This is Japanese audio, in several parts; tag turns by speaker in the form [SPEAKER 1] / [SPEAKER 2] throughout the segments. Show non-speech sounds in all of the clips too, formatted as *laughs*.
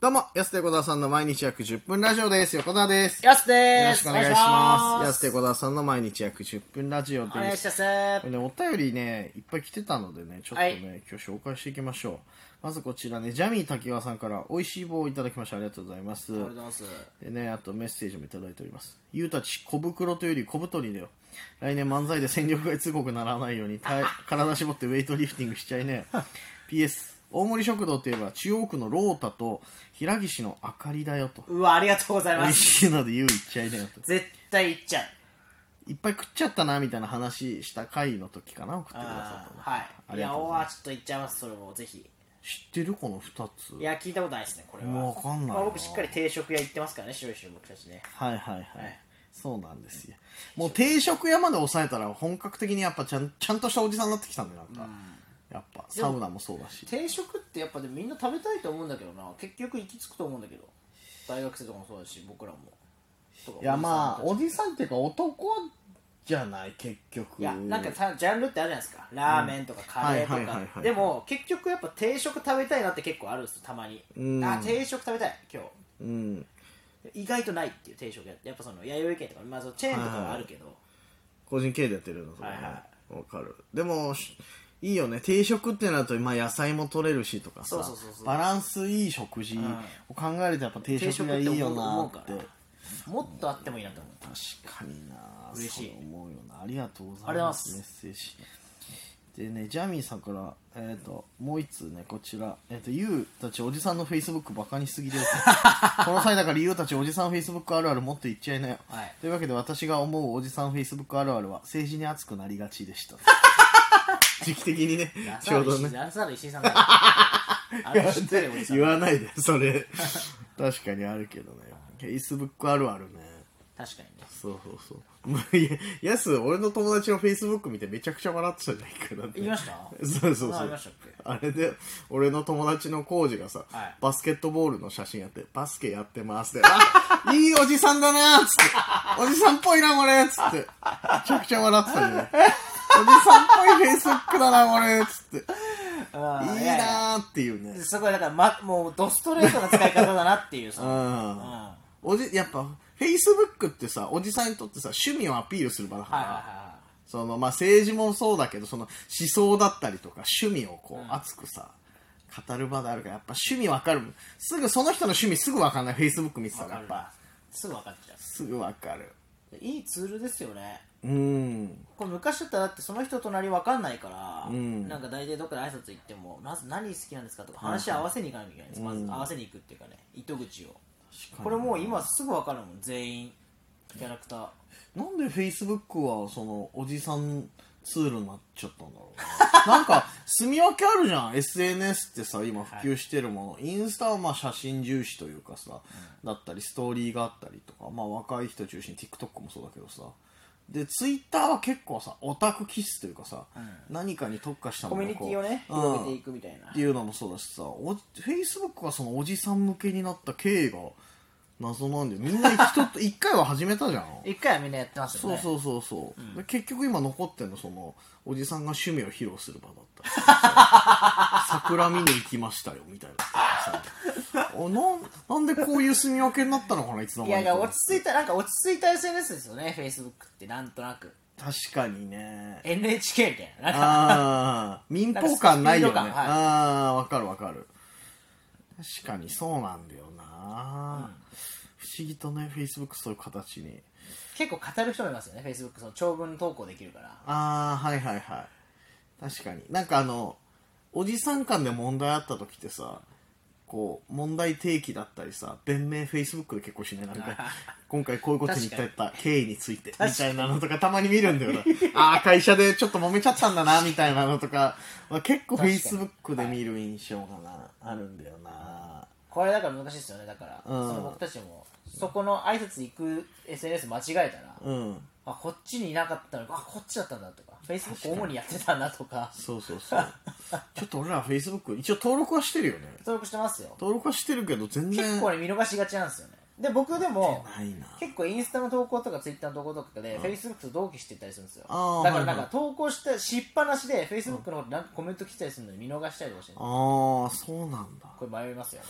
[SPEAKER 1] どうも、安手小田さんの毎日約10分ラジオです。横田です。よ
[SPEAKER 2] やすで
[SPEAKER 1] ろし
[SPEAKER 2] す
[SPEAKER 1] くお願いします。
[SPEAKER 2] や
[SPEAKER 1] 安
[SPEAKER 2] す
[SPEAKER 1] 手小田さんの毎日約10分ラジオ
[SPEAKER 2] お願
[SPEAKER 1] で
[SPEAKER 2] いし
[SPEAKER 1] す。
[SPEAKER 2] ます
[SPEAKER 1] これね、お便りね、いっぱい来てたのでね、ちょっとね、
[SPEAKER 2] はい
[SPEAKER 1] 今日紹介していきましょう。まずこちらね、ジャミー滝川さんから美味しい棒をいただきました。ありがとうございます。
[SPEAKER 2] ありがとうございます
[SPEAKER 1] でね、あとメッセージもいただいております。ゆうたち、小袋というより小太りだよ。来年漫才で戦力外通告ならないように、
[SPEAKER 2] *laughs*
[SPEAKER 1] 体体絞ってウェイトリフティングしちゃいねよ。PS、大森食堂といえば中央区のロータと平岸の明かりだよと。
[SPEAKER 2] うわありがとうござい
[SPEAKER 1] 美
[SPEAKER 2] ま
[SPEAKER 1] 味
[SPEAKER 2] す
[SPEAKER 1] しいのでゆういっちゃいねよと。
[SPEAKER 2] 絶対いっちゃう
[SPEAKER 1] いっぱい食っちゃったな、みたいな話した回の時かな、送ってくださ
[SPEAKER 2] あ
[SPEAKER 1] った
[SPEAKER 2] ー
[SPEAKER 1] の
[SPEAKER 2] はいい
[SPEAKER 1] りが
[SPEAKER 2] や
[SPEAKER 1] とうご
[SPEAKER 2] お
[SPEAKER 1] ざい
[SPEAKER 2] わ
[SPEAKER 1] ま
[SPEAKER 2] ちょっといっちゃいますそれもぜひ
[SPEAKER 1] す。知ってるこの二つ。
[SPEAKER 2] いや聞いたことないですねこれは
[SPEAKER 1] もうわかんないな
[SPEAKER 2] まあ、僕しっかり定食屋行ってますからね白石の僕たちね
[SPEAKER 1] はいはいはい、そうなんですよもう定食屋まで抑えたら本格的にやっぱちゃんちゃんとしたおじさんになってきたんだよなんか、やっぱサウナもそうだし
[SPEAKER 2] 定食ってやっぱでもみんな食べたいと思うんだけどな結局行き着くと思うんだけど大学生とかもそうだし僕らもとか
[SPEAKER 1] いやまあ
[SPEAKER 2] お
[SPEAKER 1] おじさんっていうか男じゃない結局
[SPEAKER 2] いやなんかさジャンルってあるじゃないですかラーメンとかカ
[SPEAKER 1] は
[SPEAKER 2] レー
[SPEAKER 1] い
[SPEAKER 2] と
[SPEAKER 1] はいはいは
[SPEAKER 2] か
[SPEAKER 1] い
[SPEAKER 2] でも結局やっぱ定食食べたいなって結構あるんですよたまに
[SPEAKER 1] うん
[SPEAKER 2] あ定食食べたい今
[SPEAKER 1] うん
[SPEAKER 2] 日意外とないっていう定食ややっぱその弥生系とか、まあ、そのチェーンとかはあるけど
[SPEAKER 1] 個人経営でやってるのとかね
[SPEAKER 2] はい
[SPEAKER 1] わ、
[SPEAKER 2] は
[SPEAKER 1] かるでもしいいよね定食ってなると、まあ、野菜も取れるしとかさ
[SPEAKER 2] そうそうそうそう
[SPEAKER 1] バランスいい食事を考えるとやっぱ定
[SPEAKER 2] 定
[SPEAKER 1] 食
[SPEAKER 2] 食
[SPEAKER 1] が
[SPEAKER 2] っ
[SPEAKER 1] い
[SPEAKER 2] て
[SPEAKER 1] いよ
[SPEAKER 2] 思
[SPEAKER 1] な
[SPEAKER 2] うか
[SPEAKER 1] って
[SPEAKER 2] らもっとあってもいいなと思
[SPEAKER 1] *laughs*
[SPEAKER 2] う
[SPEAKER 1] 確かにな
[SPEAKER 2] 嬉しい
[SPEAKER 1] そう思うよなありがとうございます
[SPEAKER 2] ありがとうございます
[SPEAKER 1] メッセージでねジャミーさんから、えー、ともう一通ねこちら、えーと「ユウたちおじさんのフェイスブックバカにしすぎだよ」
[SPEAKER 2] *laughs*
[SPEAKER 1] この際だからユウたちおじさんフェイスブックあるあるもっと言っちゃいなよ、
[SPEAKER 2] はい
[SPEAKER 1] というわけで私が思うおじさんフェイスブックあるあるは政治に熱くなりがちで
[SPEAKER 2] *laughs*
[SPEAKER 1] した時期的にね
[SPEAKER 2] ラ
[SPEAKER 1] ち
[SPEAKER 2] サ
[SPEAKER 1] ょ
[SPEAKER 2] ー
[SPEAKER 1] うど
[SPEAKER 2] ル石井
[SPEAKER 1] ね
[SPEAKER 2] ラサール石井さ
[SPEAKER 1] *laughs*
[SPEAKER 2] んだよあれ知ってるよおじさん
[SPEAKER 1] 言わないでそれ確かにあるけどねフェイスブックあるあるね
[SPEAKER 2] 確かにね
[SPEAKER 1] そうそうそう。もういや、やす、俺の友達の Facebook 見てめちゃくちゃ笑ってたじゃないかなって。
[SPEAKER 2] 言いました
[SPEAKER 1] そうそう
[SPEAKER 2] あ
[SPEAKER 1] そ
[SPEAKER 2] ありま
[SPEAKER 1] う
[SPEAKER 2] したっけ。
[SPEAKER 1] あれで、俺の友達のコージがさ、
[SPEAKER 2] はい
[SPEAKER 1] バスケットボールの写真やって、バスケやってますって、あ、いいおじさんだなーっつって、おじさんっぽいなこれっつって、めちゃくちゃ笑ってたじゃない。おじさんっぽい Facebook だなこれっつって、
[SPEAKER 2] あー
[SPEAKER 1] いい
[SPEAKER 2] やや
[SPEAKER 1] なーっていうね。
[SPEAKER 2] すごいだから、ま、もうドストレートな使い方だなっていう
[SPEAKER 1] う
[SPEAKER 2] さ、うん
[SPEAKER 1] ん。
[SPEAKER 2] は
[SPEAKER 1] おじ、やっぱ、Facebook ってさ、おじさんにとってさ、趣味をアピールする場だ
[SPEAKER 2] い
[SPEAKER 1] か
[SPEAKER 2] はい
[SPEAKER 1] ら、
[SPEAKER 2] は
[SPEAKER 1] そのまあ政治もそうだけどその思想だったりとか趣味をこう熱くさ、語る場であるからやっぱ趣味わかるすぐその人の趣味すぐわかんないフェイスブック見てた
[SPEAKER 2] い
[SPEAKER 1] ら
[SPEAKER 2] わ
[SPEAKER 1] やっ
[SPEAKER 2] かる
[SPEAKER 1] ぱ
[SPEAKER 2] わすぐ分かっちゃう
[SPEAKER 1] すぐわかる
[SPEAKER 2] いいツールですよね
[SPEAKER 1] うん
[SPEAKER 2] これ昔だったらだってその人となり分かんないから、
[SPEAKER 1] ん
[SPEAKER 2] なんか大体どっかで挨拶行ってもまず何好きなんですかとか話合わせに行かなきゃいけないんです、まず合わせに行くっていうかね糸口をこれもう今すぐ分かるもん全員キャラクター
[SPEAKER 1] なんでフェイスブックはそのおじさんツールになっちゃったんだろうな *laughs* なんか住み分けあるじゃん SNS ってさ今普及してるもの、インスタはまあ写真重視というかさ、だったりストーリーがあったりとか、まあ、若い人中心に TikTok もそうだけどさでツイッターは結構さオタク気質というかさ、何かに特化した
[SPEAKER 2] コ
[SPEAKER 1] もの
[SPEAKER 2] ミュニティをね
[SPEAKER 1] こうう
[SPEAKER 2] 広げて
[SPEAKER 1] ん
[SPEAKER 2] いくみたいな、
[SPEAKER 1] っていうのもそうだしさおフェイスブックがそのおじさん向けになった経緯が謎なんでみんな一つ一回は始めたじゃん
[SPEAKER 2] 一回はみんなやってますよ
[SPEAKER 1] そう
[SPEAKER 2] ねう
[SPEAKER 1] そうそうそう、で結局今残ってんのそのおじさんが趣味を披露する場だった
[SPEAKER 2] *laughs*
[SPEAKER 1] 桜見に行きましたよみたいなさおなんなんでこういう住み分けになったのかないつの間
[SPEAKER 2] やい
[SPEAKER 1] にか
[SPEAKER 2] や落ち着いたなんか落ち着いた SNS ですよね Facebook ってなんとなく
[SPEAKER 1] 確かにね
[SPEAKER 2] NHK みたい *laughs* ななんか
[SPEAKER 1] ああ民放感ないよね、
[SPEAKER 2] なんかスピード感
[SPEAKER 1] ああわかるわかる確かにそうなんだよな、不思議とねフェイスブックそういう形に
[SPEAKER 2] 結構語る人もいますよね Facebook その長文投稿できるから
[SPEAKER 1] ああはいはいはい確かになんかあのおじさん間で問題あった時ってさこう問題提起だったりさ弁明フェイスブックで結構しねなん *laughs* か今回こういうことに至った経緯についてみたいなのとかたまに見るんだよなああ会社でちょっと揉めちゃったんだなみたいなのとか、まあ、結構フェイスブックで見る印象がな、あるんだよな
[SPEAKER 2] これだから難しいですよねだから、
[SPEAKER 1] うん
[SPEAKER 2] その僕たちもそこの挨拶行く SNS 間違えたら、
[SPEAKER 1] うん
[SPEAKER 2] あこっちにいなかったのかあこっちだったんだとか Facebook 主にやってたんだとか
[SPEAKER 1] そうそうそう *laughs* ちょっと俺らフェイスブック一応登録はしてるよね
[SPEAKER 2] 登録してますよ
[SPEAKER 1] 登録はしてるけど全然
[SPEAKER 2] 結構ね見逃しがちなんですよねで僕でも
[SPEAKER 1] ないな
[SPEAKER 2] 結構インスタの投稿とかツイッターの投稿とかで、Facebook と同期してたりするんですよ
[SPEAKER 1] あー
[SPEAKER 2] だから
[SPEAKER 1] は
[SPEAKER 2] ないん
[SPEAKER 1] はい
[SPEAKER 2] か投稿してしっぱなしで Facebook のなんかコメント来たりするのに見逃したりとかしてる
[SPEAKER 1] ああそうなんだ
[SPEAKER 2] これ迷いますよね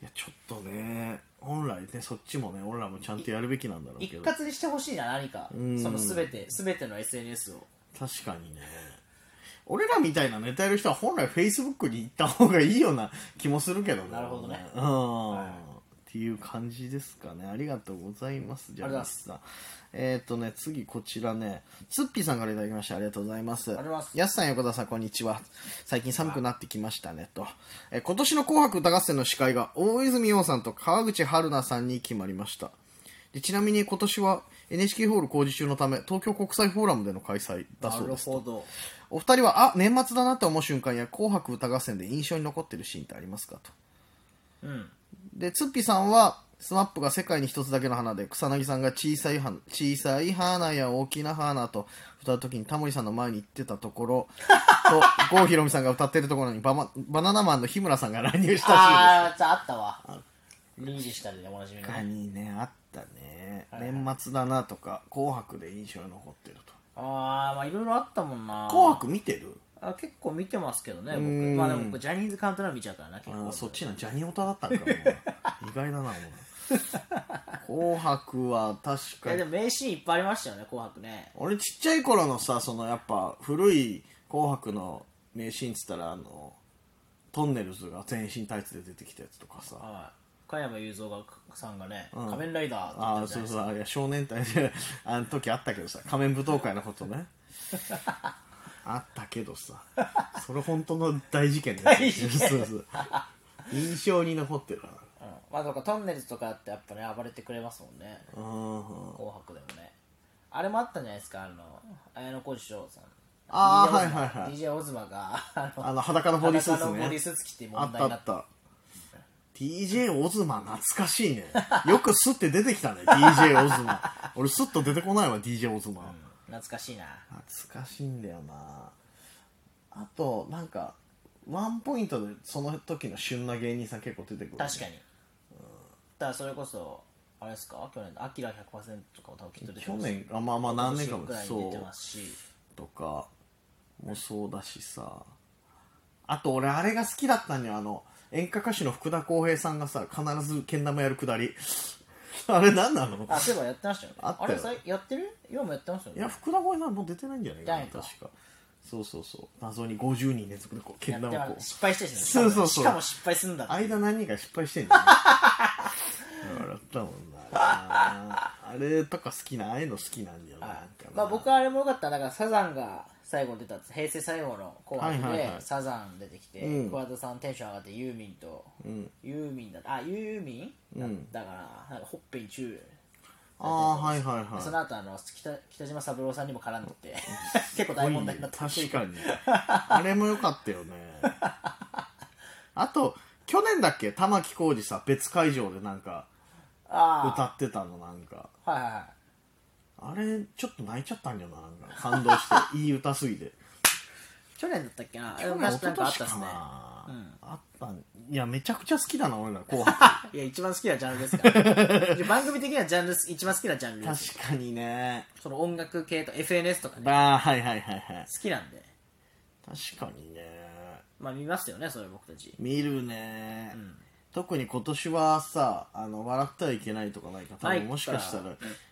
[SPEAKER 1] いやちょっとね本来ねそっちもね俺らもちゃんとやるべきなんだろう
[SPEAKER 2] 一
[SPEAKER 1] けど
[SPEAKER 2] 括にしてほしいな何かそ
[SPEAKER 1] ん
[SPEAKER 2] の全て全ての SNS を
[SPEAKER 1] 確かにね俺らみたいなネタやる人は本来 Facebook に行った方がいいような気もするけどね
[SPEAKER 2] なるほどね
[SPEAKER 1] うん、
[SPEAKER 2] い
[SPEAKER 1] っていう感じですかねありがとうございますじゃ
[SPEAKER 2] あ
[SPEAKER 1] あ
[SPEAKER 2] りが
[SPEAKER 1] ミ
[SPEAKER 2] とう
[SPEAKER 1] スさんえっ、ー、とね次こちらねツッピーさんからいただきましてありがとうございます
[SPEAKER 2] りがとうございます
[SPEAKER 1] やすさん横田さんこんにちは最近寒くなってきましたねと、えー今年の「紅白歌合戦」の司会が大泉洋さんと川口春奈さんに決まりましたでちなみに今年は NHK ホール工事中のため東京国際フォーラムでの開催だ
[SPEAKER 2] な
[SPEAKER 1] そう
[SPEAKER 2] る
[SPEAKER 1] です
[SPEAKER 2] ほど
[SPEAKER 1] お二人はあ年末だなと思う瞬間や「紅白歌合戦」で印象に残ってるシーンってありますかと
[SPEAKER 2] うん
[SPEAKER 1] でツッピさんはスマップが世界に一つだけの花で草薙さんが小さい花小さい花や大きな花と歌う時にタモリさんの前に行ってたとこ *laughs* ろと郷ひろみさんが歌ってるところにバマバナナマンの日村さんが乱入したシーン
[SPEAKER 2] あーじゃああったわリージしたでねおなじみの
[SPEAKER 1] 確か
[SPEAKER 2] ね
[SPEAKER 1] にねあったね、
[SPEAKER 2] いはい
[SPEAKER 1] 年末だなとか「紅白」で印象に残ってると
[SPEAKER 2] ああまあいろいろあったもん
[SPEAKER 1] 「
[SPEAKER 2] な
[SPEAKER 1] 紅白」見てる
[SPEAKER 2] あ結構見てますけどね
[SPEAKER 1] う
[SPEAKER 2] 僕
[SPEAKER 1] ん
[SPEAKER 2] まあでも僕ジャニーズカウントダウン見ちゃうからな結
[SPEAKER 1] あ
[SPEAKER 2] 構
[SPEAKER 1] ーそっちのジャニオタだったんかも意外だなもう紅白は確
[SPEAKER 2] い
[SPEAKER 1] か
[SPEAKER 2] や
[SPEAKER 1] に
[SPEAKER 2] でも名シーンいっぱいありましたよね紅白ね
[SPEAKER 1] 俺ちっちゃい頃のさそのやっぱ古い「紅白」の名シーンっつったらあのトンネルズが全身タイツで出てきたやつとかさ
[SPEAKER 2] はい加山雄三がさんがね「
[SPEAKER 1] ん
[SPEAKER 2] 仮面ライダー」って
[SPEAKER 1] あ
[SPEAKER 2] 言
[SPEAKER 1] あ
[SPEAKER 2] ってたじゃ
[SPEAKER 1] そ
[SPEAKER 2] な
[SPEAKER 1] そう
[SPEAKER 2] いうですか
[SPEAKER 1] いや少年隊であの時あったけどさ仮面舞踏会のことねあったけどさそれ本当の大事件だよ
[SPEAKER 2] 大事件
[SPEAKER 1] そうそう印象に残ってるな
[SPEAKER 2] うんまあとかトンネルズとかってやっぱね暴れてくれますもんね
[SPEAKER 1] うんうん
[SPEAKER 2] 紅白でもねあれもあったんじゃないですかあの綾小路翔さん
[SPEAKER 1] あー
[SPEAKER 2] DJ オズマ
[SPEAKER 1] はいはいはい
[SPEAKER 2] DJ オズマがあの
[SPEAKER 1] あの裸のボディスーツね
[SPEAKER 2] 裸のボディスーツ着て
[SPEAKER 1] あ
[SPEAKER 2] 問
[SPEAKER 1] った
[SPEAKER 2] 題
[SPEAKER 1] あ
[SPEAKER 2] になっ
[SPEAKER 1] ったた DJ オズマ懐かしいねよくスッて出てきたね DJ オズマ俺スッと出てこないわ DJ オズマ、
[SPEAKER 2] 懐かしいな
[SPEAKER 1] 懐かしいんだよなあとなんかワンポイントでその時の旬な芸人さん結構出てくる、
[SPEAKER 2] 確かにだからそれこそあれですか去年の「アキラ100%」とかを多分きっと出て
[SPEAKER 1] 去
[SPEAKER 2] ます
[SPEAKER 1] 年あまあまあ何年か
[SPEAKER 2] 今
[SPEAKER 1] も
[SPEAKER 2] 年ぐらいに
[SPEAKER 1] そ
[SPEAKER 2] 出て
[SPEAKER 1] う
[SPEAKER 2] ますし
[SPEAKER 1] とかもそうだしさあと俺あれが好きだったんよあの演歌歌手の福田浩平さんがさ必ずけん玉やるくだり *laughs* あれ何なの
[SPEAKER 2] あそういえばやってましたよね
[SPEAKER 1] あ
[SPEAKER 2] あ
[SPEAKER 1] ったよ
[SPEAKER 2] れさやってる今もやってますよ
[SPEAKER 1] い
[SPEAKER 2] ね
[SPEAKER 1] や福田浩平さんもう出てないんじゃないかな
[SPEAKER 2] 出てないか
[SPEAKER 1] 確かそうそうそう謎に50人連続でこうけ
[SPEAKER 2] や
[SPEAKER 1] ん
[SPEAKER 2] って
[SPEAKER 1] 玉
[SPEAKER 2] ま
[SPEAKER 1] こう
[SPEAKER 2] *laughs* 失敗してるしね
[SPEAKER 1] そうそうそう
[SPEAKER 2] しかも失敗するんだって
[SPEAKER 1] 間何人か失敗してん
[SPEAKER 2] *laughs*
[SPEAKER 1] じゃん笑ったもんなあれとか好きなああいうの好きなんだよななんかな
[SPEAKER 2] まあ僕はあれも良かっただからサザンが最後に出たんです平成最後の「紅白」
[SPEAKER 1] はいはいは
[SPEAKER 2] で
[SPEAKER 1] い
[SPEAKER 2] サザン出てきて
[SPEAKER 1] うん
[SPEAKER 2] 桑田さんテンション上がってユーミンとユーミンだあユーミンだだからなんかほっぺにチュー
[SPEAKER 1] ああはいはい
[SPEAKER 2] でそ
[SPEAKER 1] は
[SPEAKER 2] の後あの北北島三郎さんにも絡んでて *laughs* 結構大問題になっ
[SPEAKER 1] い
[SPEAKER 2] た
[SPEAKER 1] 確かにあれも良かったよねあと去年だっけ玉置浩二さ別会場でなんか
[SPEAKER 2] あ
[SPEAKER 1] 歌ってたのなんか
[SPEAKER 2] あはいはいはい
[SPEAKER 1] あれちょっと泣いちゃったんだよななんか感動していい歌すぎて
[SPEAKER 2] 去年だったっけな
[SPEAKER 1] 去年
[SPEAKER 2] 昔
[SPEAKER 1] 一
[SPEAKER 2] な
[SPEAKER 1] 昨
[SPEAKER 2] んかあっ
[SPEAKER 1] 年か
[SPEAKER 2] たっすね
[SPEAKER 1] な、あったんいやめちゃくちゃ好きだな俺ら紅白
[SPEAKER 2] いや一番好きなジャンルで
[SPEAKER 1] *laughs*
[SPEAKER 2] すから、ね、番組的にはジャンルす一番好きなジャンルです
[SPEAKER 1] 確かにね
[SPEAKER 2] その音楽系と FNS とかね
[SPEAKER 1] ああはいはいはいはい
[SPEAKER 2] 好きなんで
[SPEAKER 1] 確かにね
[SPEAKER 2] まあ見ますよねそれ僕たち
[SPEAKER 1] 見るね、特に今年はさあの笑ってはいけないとかないか多
[SPEAKER 2] ない
[SPEAKER 1] 分
[SPEAKER 2] から
[SPEAKER 1] もしかしたら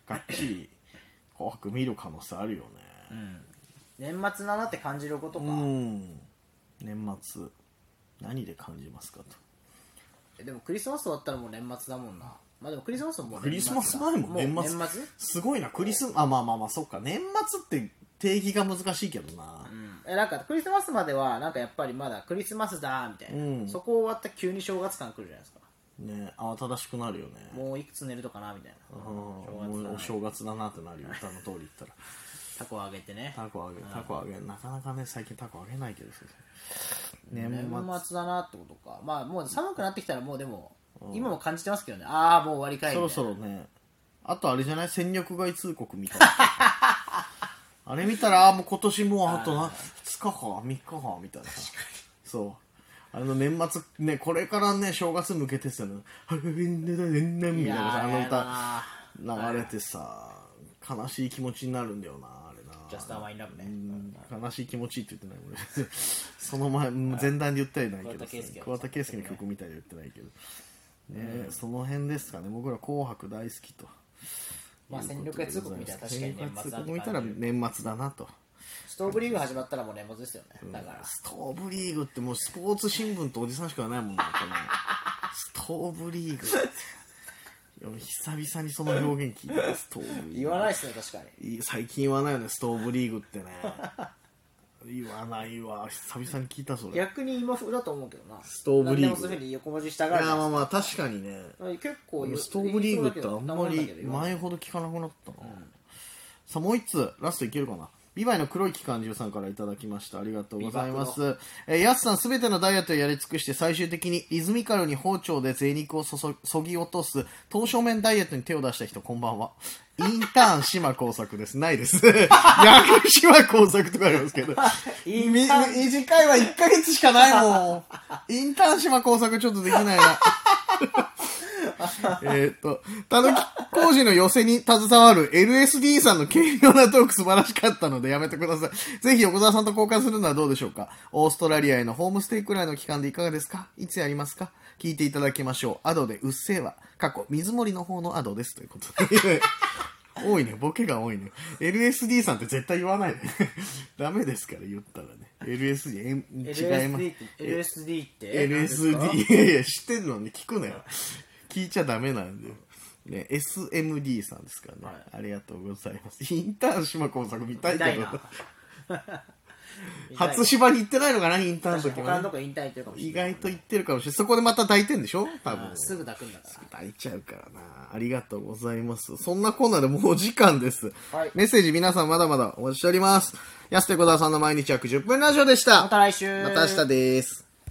[SPEAKER 1] がっちり「紅白」見る可能性あるよね
[SPEAKER 2] 年末だなって感じることか、
[SPEAKER 1] うん年末何で感じますかと
[SPEAKER 2] えでもクリスマス終わったらもう年末だもんなまあでもクリスマスはもう
[SPEAKER 1] クリス
[SPEAKER 2] 年末だ
[SPEAKER 1] マス前も年末
[SPEAKER 2] 年末
[SPEAKER 1] すごいなクリスあまあまあまあそっか年末って定義が難しいけどな、
[SPEAKER 2] えなんかクリスマスまではなんかやっぱりまだクリスマスだーみたいな、
[SPEAKER 1] うん
[SPEAKER 2] そこ終わったら急に正月感来るじゃないですか
[SPEAKER 1] ね慌ただしくなるよね
[SPEAKER 2] もういくつ寝るとかなみたいな
[SPEAKER 1] うんもうお正月だなってなるよ歌の通り言ったら
[SPEAKER 2] タコをあげてね
[SPEAKER 1] タコあげタコあげなかなかね最近タコあげないけどさ年
[SPEAKER 2] 年
[SPEAKER 1] 末
[SPEAKER 2] 末だなってことかまあもう寒くなってきたらもうでも、今も感じてますけどねああもう終わりかいみた
[SPEAKER 1] そ
[SPEAKER 2] いな
[SPEAKER 1] ろそろねあとあれじゃない戦力外通告みたい
[SPEAKER 2] *laughs*
[SPEAKER 1] なあれ見たらあーもう今年もうあとな2日か3日かみたいなさそうあの年末ねこれからね正月向けてさ「はるんでだねんねん」み
[SPEAKER 2] い
[SPEAKER 1] たい
[SPEAKER 2] や
[SPEAKER 1] なさ
[SPEAKER 2] ー
[SPEAKER 1] あ
[SPEAKER 2] 嫌だ
[SPEAKER 1] の
[SPEAKER 2] な
[SPEAKER 1] 歌流れてさ悲しい気持ちになるんだよなあれな
[SPEAKER 2] ジャスターマインラブね、
[SPEAKER 1] 悲しい気持ちいいって言ってない俺その前前段で言ったりないけ
[SPEAKER 2] 桑
[SPEAKER 1] ど
[SPEAKER 2] 田佳祐
[SPEAKER 1] 桑田佳祐の曲みたいで言ってないけどねその辺ですかね僕ら「紅白」大好きと
[SPEAKER 2] まあ戦力外通告みたいな確かに年末だ
[SPEAKER 1] 戦力外
[SPEAKER 2] って
[SPEAKER 1] 通
[SPEAKER 2] 感じ
[SPEAKER 1] 告見たら年末だなと
[SPEAKER 2] ストーブリーグ始まったらもう年末ですよねだから
[SPEAKER 1] ストーブリーグってもうスポーツ新聞とおじさんしかないもんねこのストーブリーグっていや久々にその表現聞いたストーブリー
[SPEAKER 2] 言
[SPEAKER 1] グ
[SPEAKER 2] わないですね確か
[SPEAKER 1] い
[SPEAKER 2] に
[SPEAKER 1] い最近言わないよねストーブリーグってね言わないわ久々に聞いたそれいや
[SPEAKER 2] 逆に今風だと思うけどなス
[SPEAKER 1] トーブリーグ
[SPEAKER 2] そういうふうに横文字したがるじゃ
[SPEAKER 1] ま
[SPEAKER 2] な
[SPEAKER 1] あ
[SPEAKER 2] い
[SPEAKER 1] まあ確かにね
[SPEAKER 2] ですか結構言う
[SPEAKER 1] ストーブリーグってあんま
[SPEAKER 2] 言いそうだけ
[SPEAKER 1] り
[SPEAKER 2] ど
[SPEAKER 1] 前ほど聞かなくなったな、さあもう一通ラストいけるかなビバイの黒い機関銃さんからいただきましたありがとうございますえーやすさんすべてのダイエットをやり尽くして最終的にリズミカルに包丁で贅肉をそそそぎ落とす刀削面ダイエットに手を出した人こんばんはインターン島耕作ですないです *laughs* 役島耕作とかありますけど
[SPEAKER 2] イ
[SPEAKER 1] み
[SPEAKER 2] ンターン
[SPEAKER 1] 短いは1ヶ月しかないもん。インターン島工作ちょっとできないな。 *laughs* えーっと、たぬき工事の寄せに携わる LSD さんの軽妙なトーク素晴らしかったのでやめてください。ぜひ横澤さんと交換するのはどうでしょうかオーストラリアへのホームステイくらいの期間でいかがですかいつやりますか聞いていただきましょう。アドでうっせえわ。過去、水森の方のアドです。ということで。 *laughs* 多いね、ボケが多いね。LSD さんって絶対言わないね。 *laughs* ダメですから、言ったらね。LSD、えん違います
[SPEAKER 2] LSD。って LSD って何ですか
[SPEAKER 1] LSD *laughs* いやいや知ってるのに聞くなよ聞いちゃダメなんで、ね、SMD さんですからね、
[SPEAKER 2] はい
[SPEAKER 1] ありがとうございますインターン島工作見たいけ
[SPEAKER 2] 見
[SPEAKER 1] ど
[SPEAKER 2] たいな
[SPEAKER 1] 初芝に行ってないのかなインターンの
[SPEAKER 2] 確か
[SPEAKER 1] 時
[SPEAKER 2] に他
[SPEAKER 1] は
[SPEAKER 2] の
[SPEAKER 1] ね
[SPEAKER 2] とこ引退ってるかもし
[SPEAKER 1] 意
[SPEAKER 2] れない
[SPEAKER 1] 外と行ってるかもしれないそこでまた抱いてんでしょ多
[SPEAKER 2] あ
[SPEAKER 1] 分
[SPEAKER 2] ーすぐ抱くんだから
[SPEAKER 1] 抱いちゃうからなありがとうございますそんなコーナーでもうお時間です、
[SPEAKER 2] はい
[SPEAKER 1] メッセージ皆さんまだまだお待ちしております安手小沢さんの毎日約10分ラジオでし
[SPEAKER 2] ま
[SPEAKER 1] た
[SPEAKER 2] た来週
[SPEAKER 1] また明日です